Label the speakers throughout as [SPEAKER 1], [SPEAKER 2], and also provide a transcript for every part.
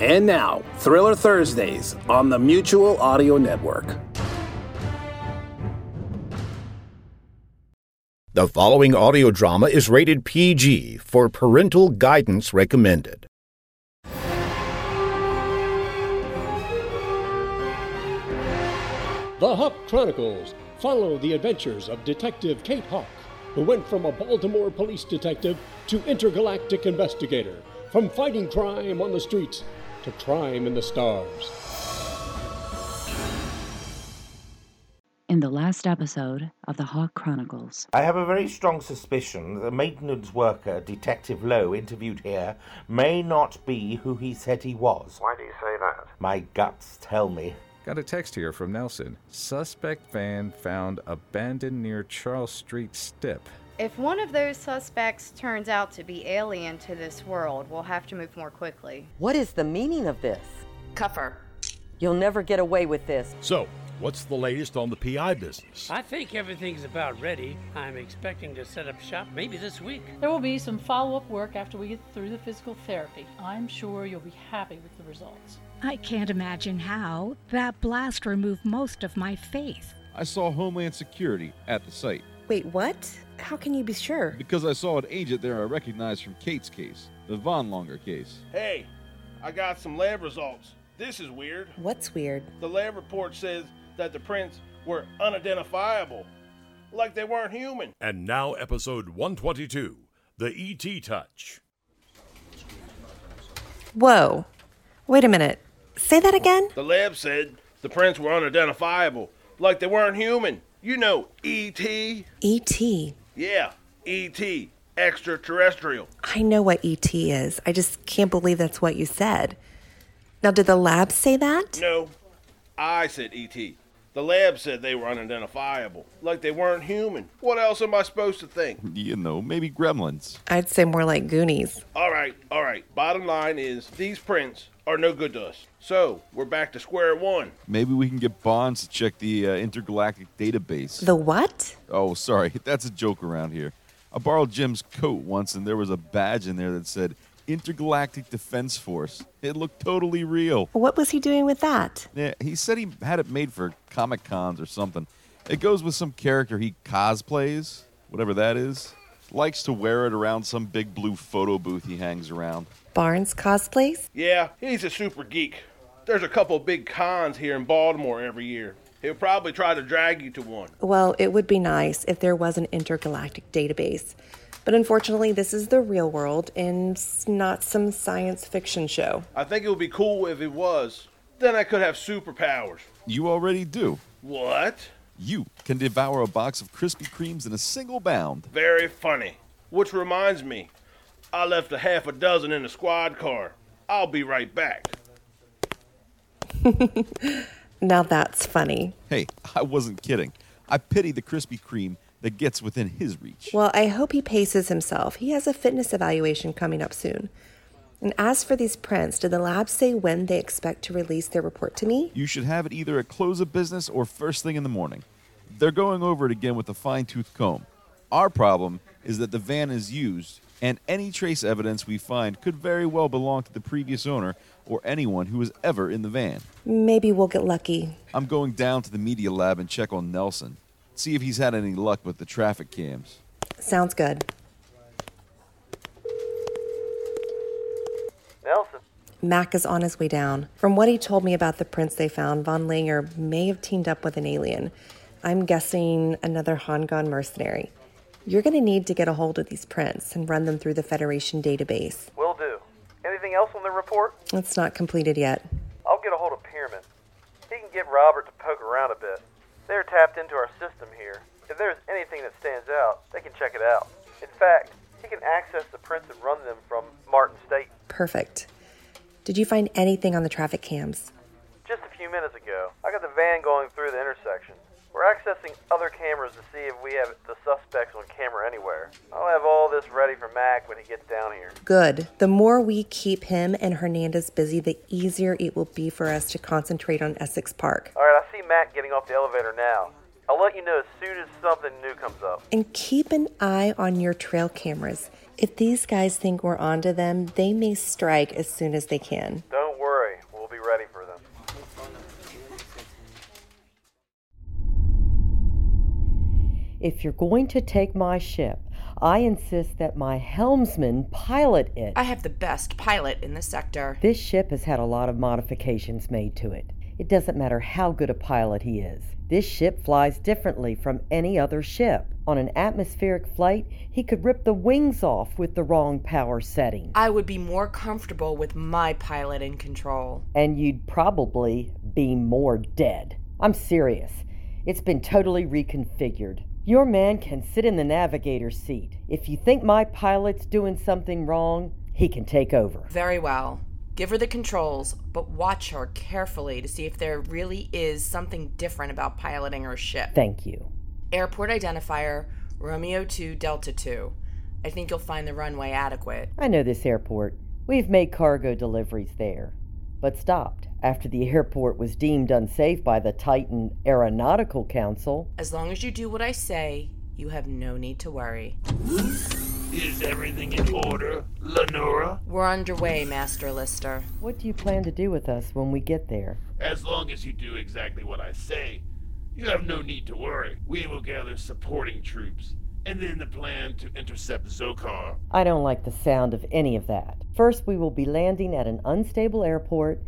[SPEAKER 1] And now, Thriller Thursdays on the Mutual Audio Network.
[SPEAKER 2] The following audio drama is rated PG for parental guidance recommended.
[SPEAKER 3] The Hawk Chronicles follow the adventures of Detective Kate Hawk, who went from a Baltimore police detective to intergalactic investigator, from fighting crime on the streets to crime in the stars.
[SPEAKER 4] In the last episode of the Hawk Chronicles,
[SPEAKER 5] I have a very strong suspicion that the maintenance worker, Detective Lowe, interviewed here, may not be who he said he was.
[SPEAKER 6] Why do you say that?
[SPEAKER 5] My guts tell me.
[SPEAKER 7] Got a text here from Nelson. Suspect van found abandoned near Charles Street Step.
[SPEAKER 8] If one of those suspects turns out to be alien to this world, we'll have to move more quickly.
[SPEAKER 9] What is the meaning of this?
[SPEAKER 10] Cuffer.
[SPEAKER 9] You'll never get away with this.
[SPEAKER 11] So, what's the latest on the PI business?
[SPEAKER 12] I think everything's about ready. I'm expecting to set up shop maybe this week.
[SPEAKER 13] There will be some follow up work after we get through the physical therapy. I'm sure you'll be happy with the results.
[SPEAKER 14] I can't imagine how. That blast removed most of my face.
[SPEAKER 15] I saw Homeland Security at the site.
[SPEAKER 16] Wait, what? How can you be sure?
[SPEAKER 15] Because I saw an agent there I recognized from Kate's case, the Von Longer case.
[SPEAKER 17] Hey, I got some lab results. This is weird.
[SPEAKER 16] What's weird?
[SPEAKER 17] The lab report says that the prints were unidentifiable, like they weren't human.
[SPEAKER 11] And now, episode 122 The ET Touch.
[SPEAKER 16] Whoa. Wait a minute. Say that again?
[SPEAKER 17] The lab said the prints were unidentifiable, like they weren't human. You know, ET.
[SPEAKER 16] E ET?
[SPEAKER 17] Yeah, ET, extraterrestrial.
[SPEAKER 16] I know what ET is. I just can't believe that's what you said. Now, did the lab say that?
[SPEAKER 17] No, I said ET. The lab said they were unidentifiable, like they weren't human. What else am I supposed to think?
[SPEAKER 15] You know, maybe gremlins.
[SPEAKER 16] I'd say more like Goonies.
[SPEAKER 17] All right, all right. Bottom line is these prints are no good to us. So we're back to square one.
[SPEAKER 15] Maybe we can get Bonds to check the uh, intergalactic database.
[SPEAKER 16] The what?
[SPEAKER 15] Oh, sorry. That's a joke around here. I borrowed Jim's coat once, and there was a badge in there that said Intergalactic Defense Force. It looked totally real.
[SPEAKER 16] What was he doing with that?
[SPEAKER 15] Yeah, he said he had it made for Comic Cons or something. It goes with some character he cosplays, whatever that is. Likes to wear it around some big blue photo booth he hangs around.
[SPEAKER 16] Barnes cosplays?
[SPEAKER 17] Yeah, he's a super geek. There's a couple big cons here in Baltimore every year. He'll probably try to drag you to one.
[SPEAKER 16] Well, it would be nice if there was an intergalactic database. But unfortunately, this is the real world and not some science fiction show.
[SPEAKER 17] I think it would be cool if it was. Then I could have superpowers.
[SPEAKER 15] You already do.
[SPEAKER 17] What?
[SPEAKER 15] You can devour a box of Krispy Kremes in a single bound.
[SPEAKER 17] Very funny. Which reminds me, I left a half a dozen in the squad car. I'll be right back.
[SPEAKER 16] now that's funny.
[SPEAKER 15] Hey, I wasn't kidding. I pity the Krispy Kreme that gets within his reach.
[SPEAKER 16] Well, I hope he paces himself. He has a fitness evaluation coming up soon. And as for these prints, did the lab say when they expect to release their report to me?
[SPEAKER 15] You should have it either at close of business or first thing in the morning. They're going over it again with a fine tooth comb. Our problem is that the van is used, and any trace evidence we find could very well belong to the previous owner or anyone who was ever in the van.
[SPEAKER 16] Maybe we'll get lucky.
[SPEAKER 15] I'm going down to the media lab and check on Nelson see if he's had any luck with the traffic cams.
[SPEAKER 16] Sounds good.
[SPEAKER 6] Nelson.
[SPEAKER 16] Mac is on his way down. From what he told me about the prints they found, Von Langer may have teamed up with an alien. I'm guessing another Hangon mercenary. You're going to need to get a hold of these prints and run them through the Federation database.
[SPEAKER 6] Will do. Anything else on the report?
[SPEAKER 16] It's not completed yet.
[SPEAKER 6] I'll get a hold of Pierman. He can get Robert to poke around a bit. They're tapped into our system here. If there's anything that stands out, they can check it out. In fact, he can access the prints and run them from Martin State.
[SPEAKER 16] Perfect. Did you find anything on the traffic cams?
[SPEAKER 6] Just a few minutes ago, I got the van going through the intersection. We're accessing other cameras to see if we have the suspects on camera anywhere. I'll have all this ready for Mac when he gets down here.
[SPEAKER 16] Good. The more we keep him and Hernandez busy, the easier it will be for us to concentrate on Essex Park.
[SPEAKER 6] All right, I see Mac getting off the elevator now. I'll let you know as soon as something new comes up.
[SPEAKER 16] And keep an eye on your trail cameras. If these guys think we're onto them, they may strike as soon as they can.
[SPEAKER 6] Don't worry.
[SPEAKER 9] If you're going to take my ship, I insist that my helmsman pilot it.
[SPEAKER 18] I have the best pilot in the sector.
[SPEAKER 9] This ship has had a lot of modifications made to it. It doesn't matter how good a pilot he is. This ship flies differently from any other ship. On an atmospheric flight, he could rip the wings off with the wrong power setting.
[SPEAKER 18] I would be more comfortable with my pilot in control.
[SPEAKER 9] And you'd probably be more dead. I'm serious. It's been totally reconfigured. Your man can sit in the navigator's seat. If you think my pilot's doing something wrong, he can take over.
[SPEAKER 18] Very well. Give her the controls, but watch her carefully to see if there really is something different about piloting her ship.
[SPEAKER 9] Thank you.
[SPEAKER 18] Airport identifier Romeo 2 Delta 2. I think you'll find the runway adequate.
[SPEAKER 9] I know this airport. We've made cargo deliveries there, but stopped after the airport was deemed unsafe by the Titan Aeronautical Council.
[SPEAKER 18] As long as you do what I say, you have no need to worry.
[SPEAKER 11] Is everything in order, Lenora?
[SPEAKER 18] We're underway, Master Lister.
[SPEAKER 9] What do you plan to do with us when we get there?
[SPEAKER 11] As long as you do exactly what I say, you have no need to worry. We will gather supporting troops, and then the plan to intercept Zokar.
[SPEAKER 9] I don't like the sound of any of that. First, we will be landing at an unstable airport,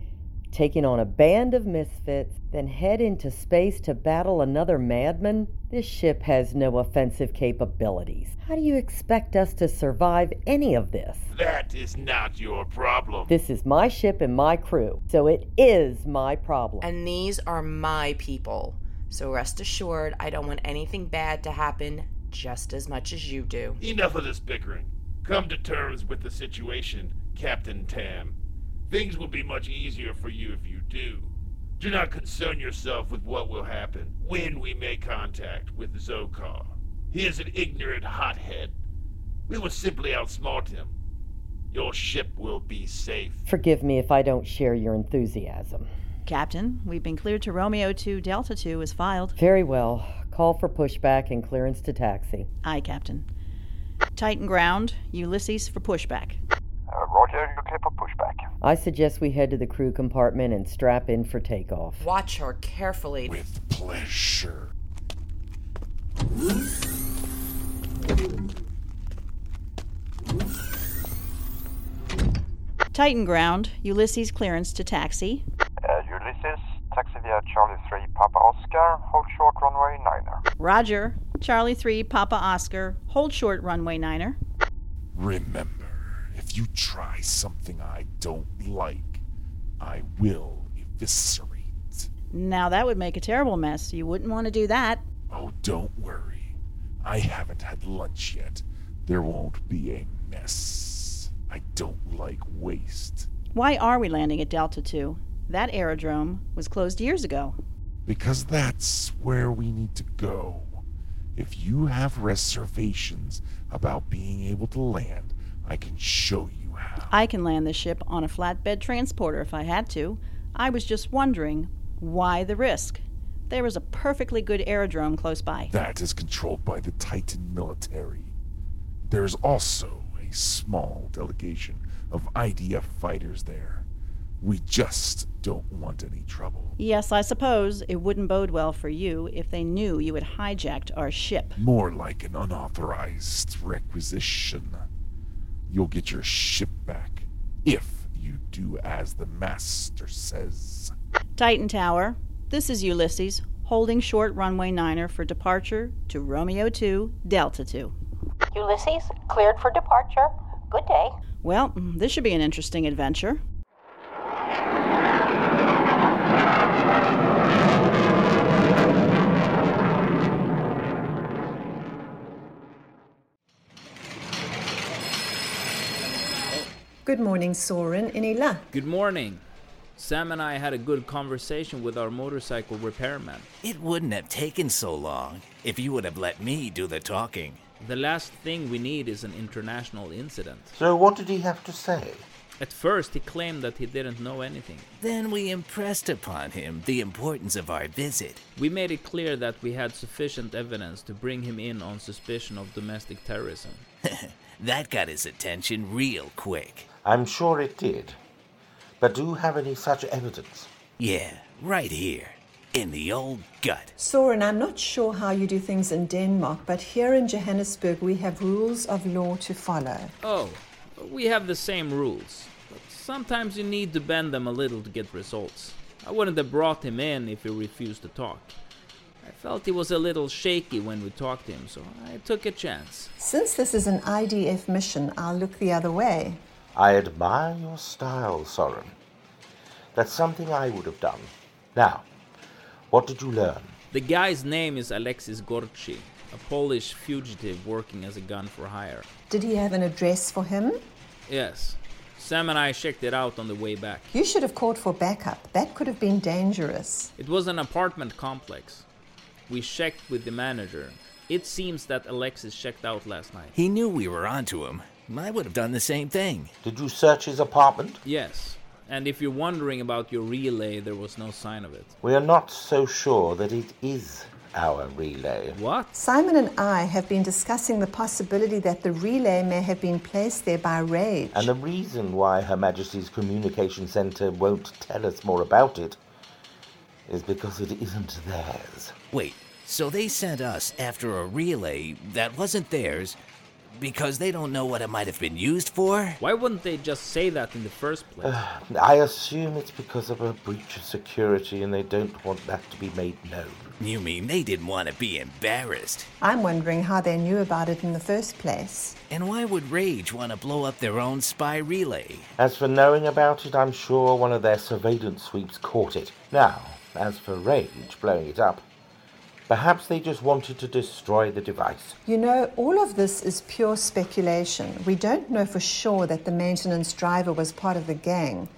[SPEAKER 9] taking on a band of misfits, then head into space to battle another madman? This ship has no offensive capabilities. How do you expect us to survive any of this?
[SPEAKER 11] That is not your problem.
[SPEAKER 9] This is my ship and my crew, so it is my problem.
[SPEAKER 18] And these are my people. So rest assured, I don't want anything bad to happen just as much as you do.
[SPEAKER 11] Enough of this bickering. Come to terms with the situation, Captain Tam. Things will be much easier for you if you do. Do not concern yourself with what will happen when we make contact with Zokar. He is an ignorant hothead. We will simply outsmart him. Your ship will be safe.
[SPEAKER 9] Forgive me if I don't share your enthusiasm.
[SPEAKER 19] Captain, we've been cleared to Romeo 2 Delta 2 as filed.
[SPEAKER 9] Very well. Call for pushback and clearance to taxi.
[SPEAKER 19] Aye, Captain. Titan ground, Ulysses for pushback.
[SPEAKER 20] Uh, Roger, you're clear for pushback.
[SPEAKER 9] I suggest we head to the crew compartment and strap in for takeoff.
[SPEAKER 18] Watch her carefully.
[SPEAKER 11] With pleasure.
[SPEAKER 19] Titan ground, Ulysses clearance to taxi.
[SPEAKER 20] Uh, Ulysses, taxi via Charlie 3, Papa Oscar, hold short runway 9er.
[SPEAKER 19] Roger, Charlie 3, Papa Oscar, hold short runway 9er.
[SPEAKER 21] Remember, if you try something I don't like, I will eviscerate.
[SPEAKER 19] Now that would make a terrible mess. You wouldn't want to do that.
[SPEAKER 21] Oh, don't worry. I haven't had lunch yet. There won't be a mess. I don't like waste.
[SPEAKER 19] Why are we landing at Delta 2? That aerodrome was closed years ago.
[SPEAKER 21] Because that's where we need to go. If you have reservations about being able to land, I can show you how.
[SPEAKER 19] I can land this ship on a flatbed transporter if I had to. I was just wondering why the risk? There is a perfectly good aerodrome close by.
[SPEAKER 21] That is controlled by the Titan military. There is also a small delegation of IDF fighters there. We just don't want any trouble.
[SPEAKER 19] Yes, I suppose it wouldn't bode well for you if they knew you had hijacked our ship.
[SPEAKER 21] More like an unauthorized requisition you'll get your ship back if you do as the master says.
[SPEAKER 19] Titan Tower, this is Ulysses, holding short runway niner for departure to Romeo 2, Delta 2.
[SPEAKER 22] Ulysses, cleared for departure. Good day.
[SPEAKER 19] Well, this should be an interesting adventure.
[SPEAKER 23] Good morning, Soren in Ila.
[SPEAKER 24] Good morning. Sam and I had a good conversation with our motorcycle repairman.
[SPEAKER 1] It wouldn't have taken so long if you would have let me do the talking.
[SPEAKER 24] The last thing we need is an international incident.
[SPEAKER 5] So, what did he have to say?
[SPEAKER 24] At first, he claimed that he didn't know anything.
[SPEAKER 1] Then we impressed upon him the importance of our visit.
[SPEAKER 24] We made it clear that we had sufficient evidence to bring him in on suspicion of domestic terrorism.
[SPEAKER 1] that got his attention real quick.
[SPEAKER 5] I'm sure it did. But do you have any such evidence?
[SPEAKER 1] Yeah, right here. in the old gut.
[SPEAKER 23] Soren, I'm not sure how you do things in Denmark, but here in Johannesburg we have rules of law to follow.
[SPEAKER 24] Oh, we have the same rules, but sometimes you need to bend them a little to get results. I wouldn't have brought him in if he refused to talk. I felt he was a little shaky when we talked to him, so I took a chance.
[SPEAKER 23] Since this is an IDF mission, I'll look the other way.
[SPEAKER 5] I admire your style, Soren. That's something I would have done. Now, what did you learn?
[SPEAKER 24] The guy's name is Alexis Gorci, a Polish fugitive working as a gun for hire.
[SPEAKER 23] Did he have an address for him?
[SPEAKER 24] Yes. Sam and I checked it out on the way back.
[SPEAKER 23] You should have called for backup. That could have been dangerous.
[SPEAKER 24] It was an apartment complex. We checked with the manager. It seems that Alexis checked out last night.
[SPEAKER 1] He knew we were onto him. I would have done the same thing.
[SPEAKER 5] Did you search his apartment?
[SPEAKER 24] Yes. And if you're wondering about your relay, there was no sign of it.
[SPEAKER 5] We are not so sure that it is our relay.
[SPEAKER 24] What?
[SPEAKER 23] Simon and I have been discussing the possibility that the relay may have been placed there by rage.
[SPEAKER 5] And the reason why Her Majesty's Communication Centre won't tell us more about it is because it isn't theirs.
[SPEAKER 1] Wait, so they sent us after a relay that wasn't theirs because they don't know what it might have been used for?
[SPEAKER 24] Why wouldn't they just say that in the first place?
[SPEAKER 5] I assume it's because of a breach of security and they don't want that to be made known.
[SPEAKER 1] You mean they didn't want to be embarrassed?
[SPEAKER 23] I'm wondering how they knew about it in the first place.
[SPEAKER 1] And why would Rage want to blow up their own spy relay?
[SPEAKER 5] As for knowing about it, I'm sure one of their surveillance sweeps caught it. Now, as for Rage blowing it up, Perhaps they just wanted to destroy the device.
[SPEAKER 23] You know, all of this is pure speculation. We don't know for sure that the maintenance driver was part of the gang,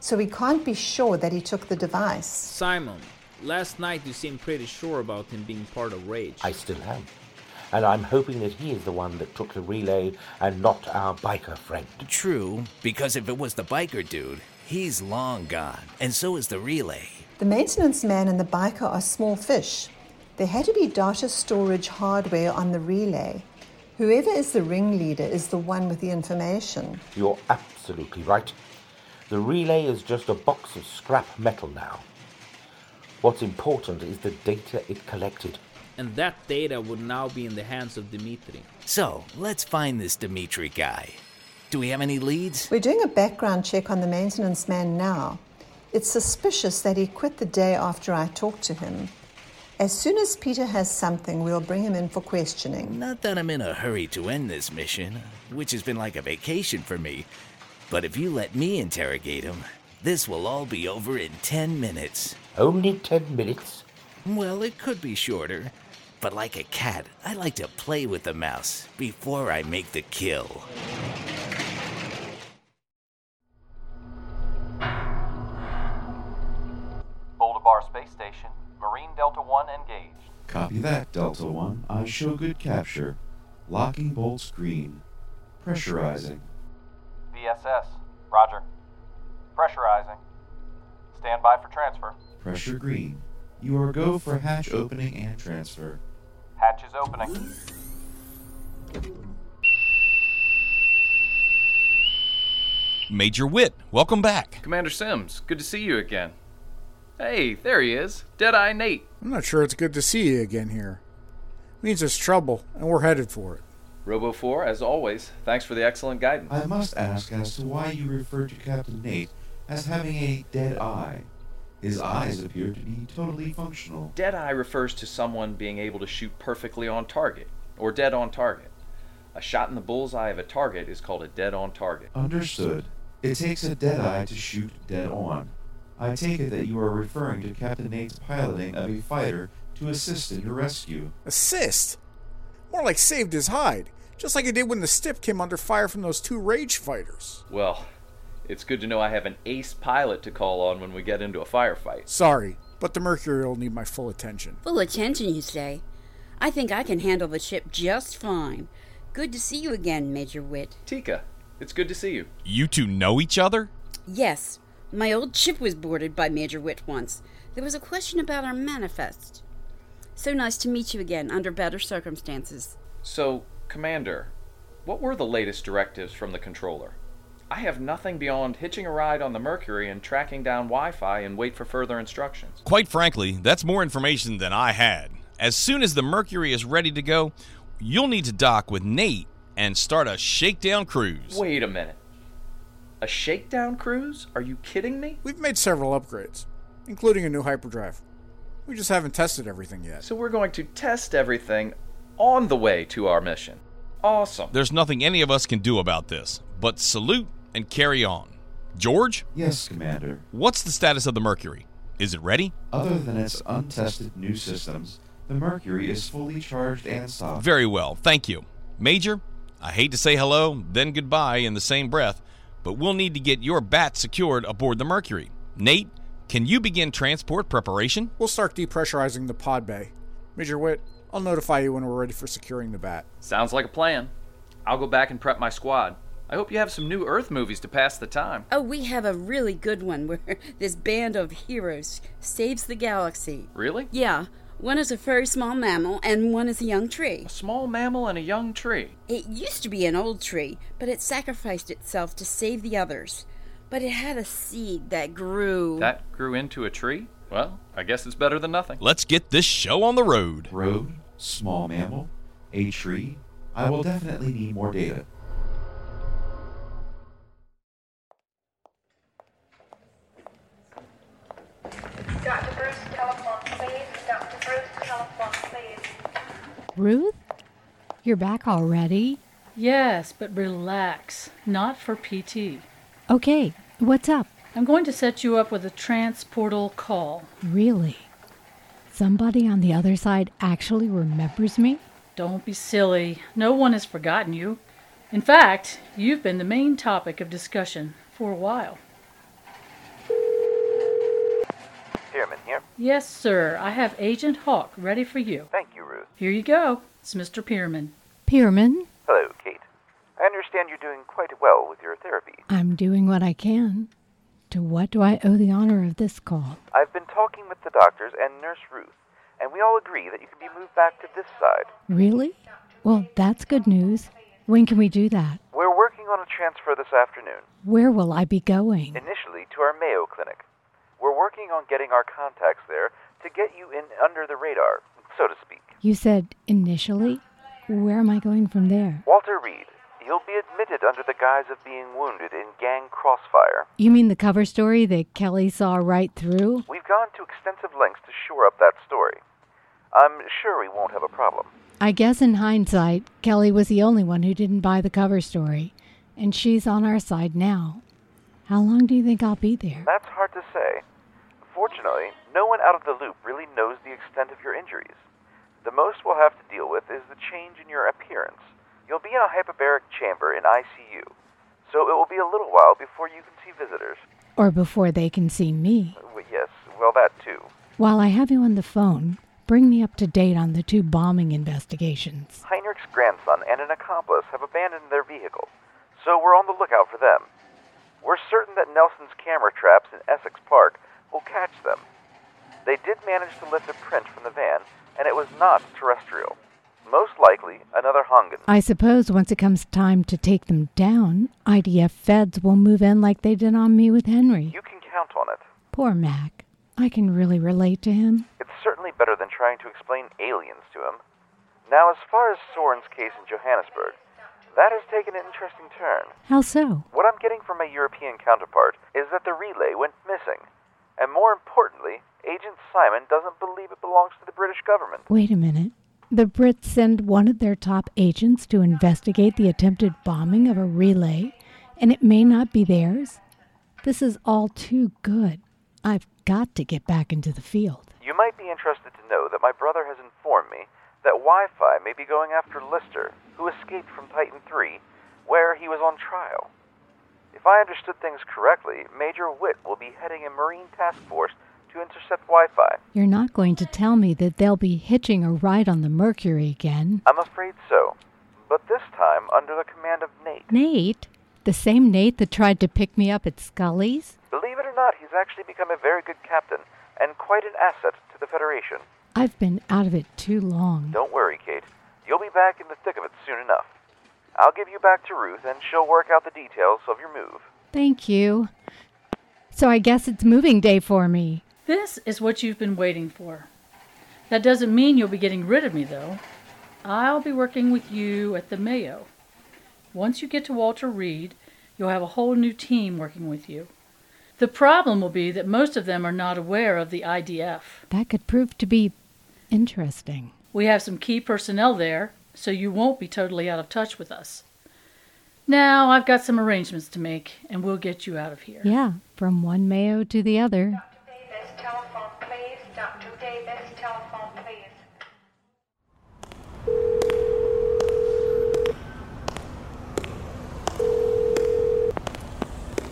[SPEAKER 23] so we can't be sure that he took the device.
[SPEAKER 24] Simon, last night you seemed pretty sure about him being part of Rage.
[SPEAKER 5] I still am. And I'm hoping that he is the one that took the relay and not our biker friend.
[SPEAKER 1] True, because if it was the biker dude, he's long gone, and so is the relay.
[SPEAKER 23] The maintenance man and the biker are small fish. There had to be data storage hardware on the relay. Whoever is the ringleader is the one with the information.
[SPEAKER 5] You're absolutely right. The relay is just a box of scrap metal now. What's important is the data it collected.
[SPEAKER 24] And that data would now be in the hands of Dimitri.
[SPEAKER 1] So, let's find this Dimitri guy. Do we have any leads?
[SPEAKER 23] We're doing a background check on the maintenance man now. It's suspicious that he quit the day after I talked to him. As soon as Peter has something, we'll bring him in for questioning.
[SPEAKER 1] Not that I'm in a hurry to end this mission, which has been like a vacation for me, but if you let me interrogate him, this will all be over in 10 minutes.
[SPEAKER 5] Only 10 minutes?
[SPEAKER 1] Well, it could be shorter, but like a cat, I like to play with the mouse before I make the kill.
[SPEAKER 25] Boldabar Space Station. Marine Delta 1 engaged.
[SPEAKER 2] Copy that, Delta 1. I show good capture. Locking bolts green. Pressurizing.
[SPEAKER 25] VSS. Roger. Pressurizing. Stand by for transfer.
[SPEAKER 2] Pressure green. You are go for hatch opening and transfer.
[SPEAKER 25] Hatch is opening.
[SPEAKER 26] Major Witt, welcome back.
[SPEAKER 27] Commander Sims, good to see you again. Hey, there he is. Deadeye Nate.
[SPEAKER 7] I'm not sure it's good to see you again here. It means it's trouble, and we're headed for it.
[SPEAKER 27] Robo 4, as always, thanks for the excellent guidance.
[SPEAKER 2] I must ask as to why you refer to Captain Nate as having a dead eye. His eyes appear to be totally functional.
[SPEAKER 27] Dead eye refers to someone being able to shoot perfectly on target, or dead on target. A shot in the bullseye of a target is called a dead on target.
[SPEAKER 2] Understood. It takes a dead eye to shoot dead on. I take it that you are referring to Captain Nate's piloting of a fighter to assist in your rescue.
[SPEAKER 7] Assist? More like saved his hide, just like he did when the Stip came under fire from those two rage fighters.
[SPEAKER 27] Well, it's good to know I have an ace pilot to call on when we get into a firefight.
[SPEAKER 7] Sorry, but the Mercury will need my full attention.
[SPEAKER 28] Full attention, you say? I think I can handle the ship just fine. Good to see you again, Major Witt.
[SPEAKER 27] Tika, it's good to see you.
[SPEAKER 26] You two know each other?
[SPEAKER 28] Yes, my old ship was boarded by Major Witt once. There was a question about our manifest. So nice to meet you again under better circumstances.
[SPEAKER 27] So, Commander, what were the latest directives from the controller? I have nothing beyond hitching a ride on the Mercury and tracking down Wi Fi and wait for further instructions.
[SPEAKER 26] Quite frankly, that's more information than I had. As soon as the Mercury is ready to go, you'll need to dock with Nate and start a shakedown cruise.
[SPEAKER 27] Wait a minute. A shakedown cruise? Are you kidding me?
[SPEAKER 7] We've made several upgrades, including a new hyperdrive. We just haven't tested everything yet.
[SPEAKER 27] So we're going to test everything on the way to our mission. Awesome.
[SPEAKER 26] There's nothing any of us can do about this, but salute and carry on. George?
[SPEAKER 2] Yes, Commander.
[SPEAKER 26] What's the status of the Mercury? Is it ready?
[SPEAKER 2] Other than its untested new systems, the Mercury is fully charged and stocked.
[SPEAKER 26] Very well, thank you. Major, I hate to say hello, then goodbye in the same breath, but we'll need to get your bat secured aboard the Mercury. Nate, can you begin transport preparation?
[SPEAKER 7] We'll start depressurizing the pod bay. Major Witt, I'll notify you when we're ready for securing the bat.
[SPEAKER 27] Sounds like a plan. I'll go back and prep my squad. I hope you have some new Earth movies to pass the time.
[SPEAKER 28] Oh, we have a really good one where this band of heroes saves the galaxy.
[SPEAKER 27] Really?
[SPEAKER 28] Yeah. One is a very small mammal, and one is a young tree.
[SPEAKER 27] A small mammal and a young tree?
[SPEAKER 28] It used to be an old tree, but it sacrificed itself to save the others. But it had a seed that grew.
[SPEAKER 27] That grew into a tree? Well, I guess it's better than nothing.
[SPEAKER 26] Let's get this show on the road.
[SPEAKER 2] Road, small mammal, a tree. I will definitely need more data.
[SPEAKER 29] Dr. Bruce, telephone, please. Dr. Bruce, telephone, please.
[SPEAKER 14] Ruth? You're back already?
[SPEAKER 13] Yes, but relax. Not for PT.
[SPEAKER 14] Okay, what's up?
[SPEAKER 13] I'm going to set you up with a transportal call.
[SPEAKER 14] Really? Somebody on the other side actually remembers me?
[SPEAKER 13] Don't be silly. No one has forgotten you. In fact, you've been the main topic of discussion for a while.
[SPEAKER 30] Spearman here.
[SPEAKER 13] Yes, sir. I have Agent Hawk ready for you.
[SPEAKER 30] Thank you, Ruth.
[SPEAKER 13] Here you go. It's Mr. Pierman.
[SPEAKER 14] Pierman?
[SPEAKER 30] Hello, Kate. I understand you're doing quite well with your therapy.
[SPEAKER 14] I'm doing what I can. To what do I owe the honor of this call?
[SPEAKER 30] I've been talking with the doctors and Nurse Ruth, and we all agree that you can be moved back to this side.
[SPEAKER 14] Really? Well, that's good news. When can we do that?
[SPEAKER 30] We're working on a transfer this afternoon,
[SPEAKER 14] Where will I be going?
[SPEAKER 30] initially to our Mayo Clinic. We're working on getting our contacts there to get you in under the radar, so to speak.
[SPEAKER 14] You said initially? Where am I going from there?
[SPEAKER 30] Walter Reed, you'll be admitted under the guise of being wounded in gang crossfire.
[SPEAKER 14] You mean the cover story that Kelly saw right through?
[SPEAKER 30] We've gone to extensive lengths to shore up that story. I'm sure we won't have a problem.
[SPEAKER 14] I guess in hindsight, Kelly was the only one who didn't buy the cover story, and she's on our side now. How long do you think I'll be there?
[SPEAKER 30] That's hard to say. Fortunately, no one out of the loop really knows the extent of your injuries. The most we'll have to deal with is the change in your appearance. You'll be in a hyperbaric chamber in ICU, so it will be a little while before you can see visitors.
[SPEAKER 14] Or before they can see me?
[SPEAKER 30] Well, yes, well, that too.
[SPEAKER 14] While I have you on the phone, bring me up to date on the two bombing investigations.
[SPEAKER 30] Heinrich's grandson and an accomplice have abandoned their vehicle, so we're on the lookout for them. We're certain that Nelson's camera traps in Essex Park will catch them. They did manage to lift a print from the van, and it was not terrestrial. Most likely, another Hongan.
[SPEAKER 14] I suppose once it comes time to take them down, IDF feds will move in like they did on me with Henry.
[SPEAKER 30] You can count on it.
[SPEAKER 14] Poor Mac. I can really relate to him.
[SPEAKER 30] It's certainly better than trying to explain aliens to him. Now, as far as Soren's case in Johannesburg, that has taken an interesting turn.
[SPEAKER 14] How so?
[SPEAKER 30] What I'm getting from my European counterpart is that the relay went missing. And more importantly, Agent Simon doesn't believe it belongs to the British government.
[SPEAKER 14] Wait a minute. The Brits send one of their top agents to investigate the attempted bombing of a relay, and it may not be theirs? This is all too good. I've got to get back into the field.
[SPEAKER 30] You might be interested to know that my brother has informed me that Wi Fi may be going after Lister, who escaped from Titan 3, where he was on trial. If I understood things correctly, Major Witt will be heading a Marine task force to intercept Wi Fi.
[SPEAKER 14] You're not going to tell me that they'll be hitching a ride on the Mercury again.
[SPEAKER 30] I'm afraid so, but this time under the command of Nate.
[SPEAKER 14] Nate? The same Nate that tried to pick me up at Scully's?
[SPEAKER 30] Believe it or not, he's actually become a very good captain and quite an asset to the Federation.
[SPEAKER 14] I've been out of it too long.
[SPEAKER 30] Don't worry, Kate. You'll be back in the thick of it soon enough. I'll give you back to Ruth, and she'll work out the details of your move.
[SPEAKER 14] Thank you. So I guess it's moving day for me.
[SPEAKER 13] This is what you've been waiting for. That doesn't mean you'll be getting rid of me, though. I'll be working with you at the Mayo. Once you get to Walter Reed, you'll have a whole new team working with you. The problem will be that most of them are not aware of the IDF.
[SPEAKER 14] That could prove to be interesting.
[SPEAKER 13] We have some key personnel there, so you won't be totally out of touch with us. Now, I've got some arrangements to make, and we'll get you out of here.
[SPEAKER 14] Yeah, from one Mayo to the other.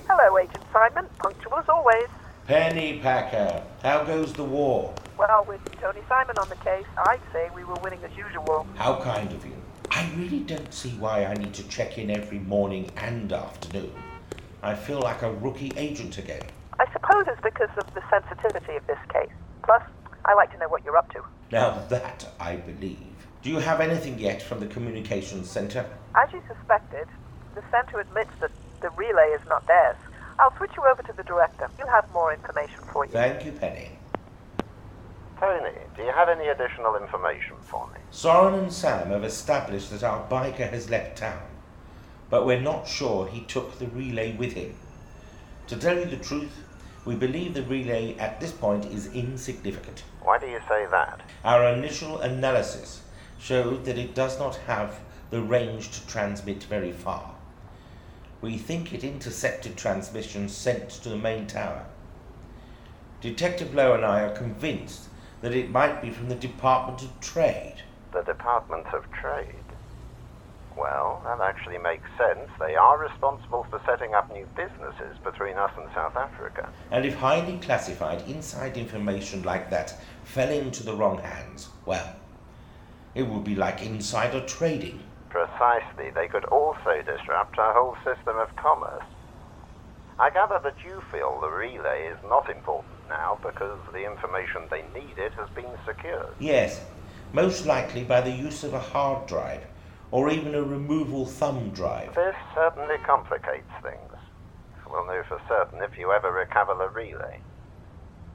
[SPEAKER 29] Hello, Agent Simon. Punctual as always.
[SPEAKER 5] Penny Packer, how goes the war?
[SPEAKER 29] Well, with Tony Simon on the case, I'd say we were winning as usual.
[SPEAKER 5] How kind of you. I really don't see why I need to check in every morning and afternoon. I feel like a rookie agent again.
[SPEAKER 29] I suppose it's because of the sensitivity of this case. Plus, I like to know what you're up to.
[SPEAKER 5] Now that I believe. Do you have anything yet from the communications center?
[SPEAKER 29] As you suspected, the Centre admits that the relay is not theirs. I'll switch you over to the director. He'll have more information for you.
[SPEAKER 5] Thank you, Penny.
[SPEAKER 20] Tony, do you have any additional information for me?
[SPEAKER 5] Soren and Sam have established that our biker has left town, but we're not sure he took the relay with him. To tell you the truth, we believe the relay at this point is insignificant.
[SPEAKER 20] Why do you say that?
[SPEAKER 5] Our initial analysis showed that it does not have the range to transmit very far. We think it intercepted transmissions sent to the main tower. Detective Lowe and I are convinced that it might be from the Department of Trade.
[SPEAKER 20] The Department of Trade. Well, that actually makes sense. They are responsible for setting up new businesses between us and South Africa.
[SPEAKER 5] And if highly classified inside information like that fell into the wrong hands, well, it would be like insider trading.
[SPEAKER 20] Precisely. They could also disrupt our whole system of commerce. I gather that you feel the relay is not important now because the information they needed has been secured.
[SPEAKER 5] Yes, most likely by the use of a hard drive or even a removable thumb drive.
[SPEAKER 20] This certainly complicates things. We'll know for certain if you ever recover the relay.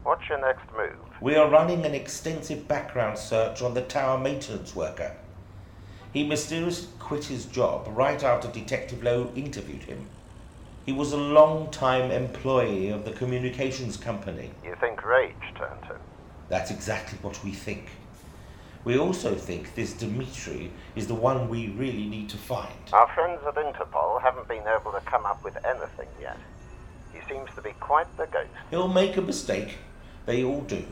[SPEAKER 20] What's your next move?
[SPEAKER 5] We are running an extensive background search on the tower maintenance worker. He mysteriously quit his job right after Detective Lowe interviewed him. He was a long-time employee of the communications company.
[SPEAKER 20] You think rage turned him?
[SPEAKER 5] That's exactly what we think. We also think this Dimitri is the one we really need to find.
[SPEAKER 20] Our friends at Interpol haven't been able to come up with anything yet. He seems to be quite the ghost.
[SPEAKER 5] He'll make a mistake. They all do.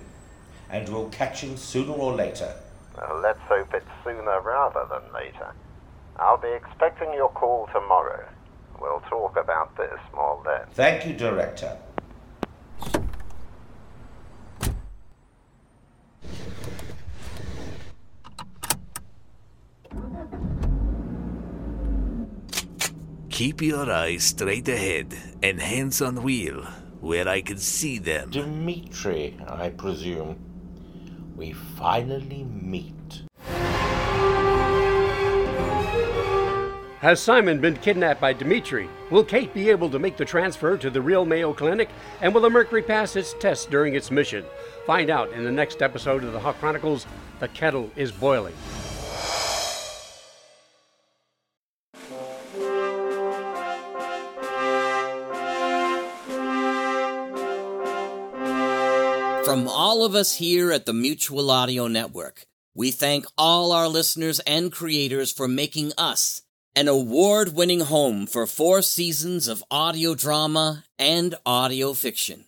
[SPEAKER 5] And we'll catch him sooner or later.
[SPEAKER 20] Well, let's hope it's sooner rather than later. I'll be expecting your call tomorrow. We'll talk about this more then.
[SPEAKER 5] Thank you, Director.
[SPEAKER 1] Keep your eyes straight ahead and hands on wheel where I can see them.
[SPEAKER 5] Dimitri, I presume. We finally meet.
[SPEAKER 3] Has Simon been kidnapped by Dimitri? Will Kate be able to make the transfer to the real Mayo Clinic? And will the Mercury pass its test during its mission? Find out in the next episode of the Hawk Chronicles The Kettle is Boiling.
[SPEAKER 31] From all of us here at the Mutual Audio Network, we thank all our listeners and creators for making us an award winning home for four seasons of audio drama and audio fiction.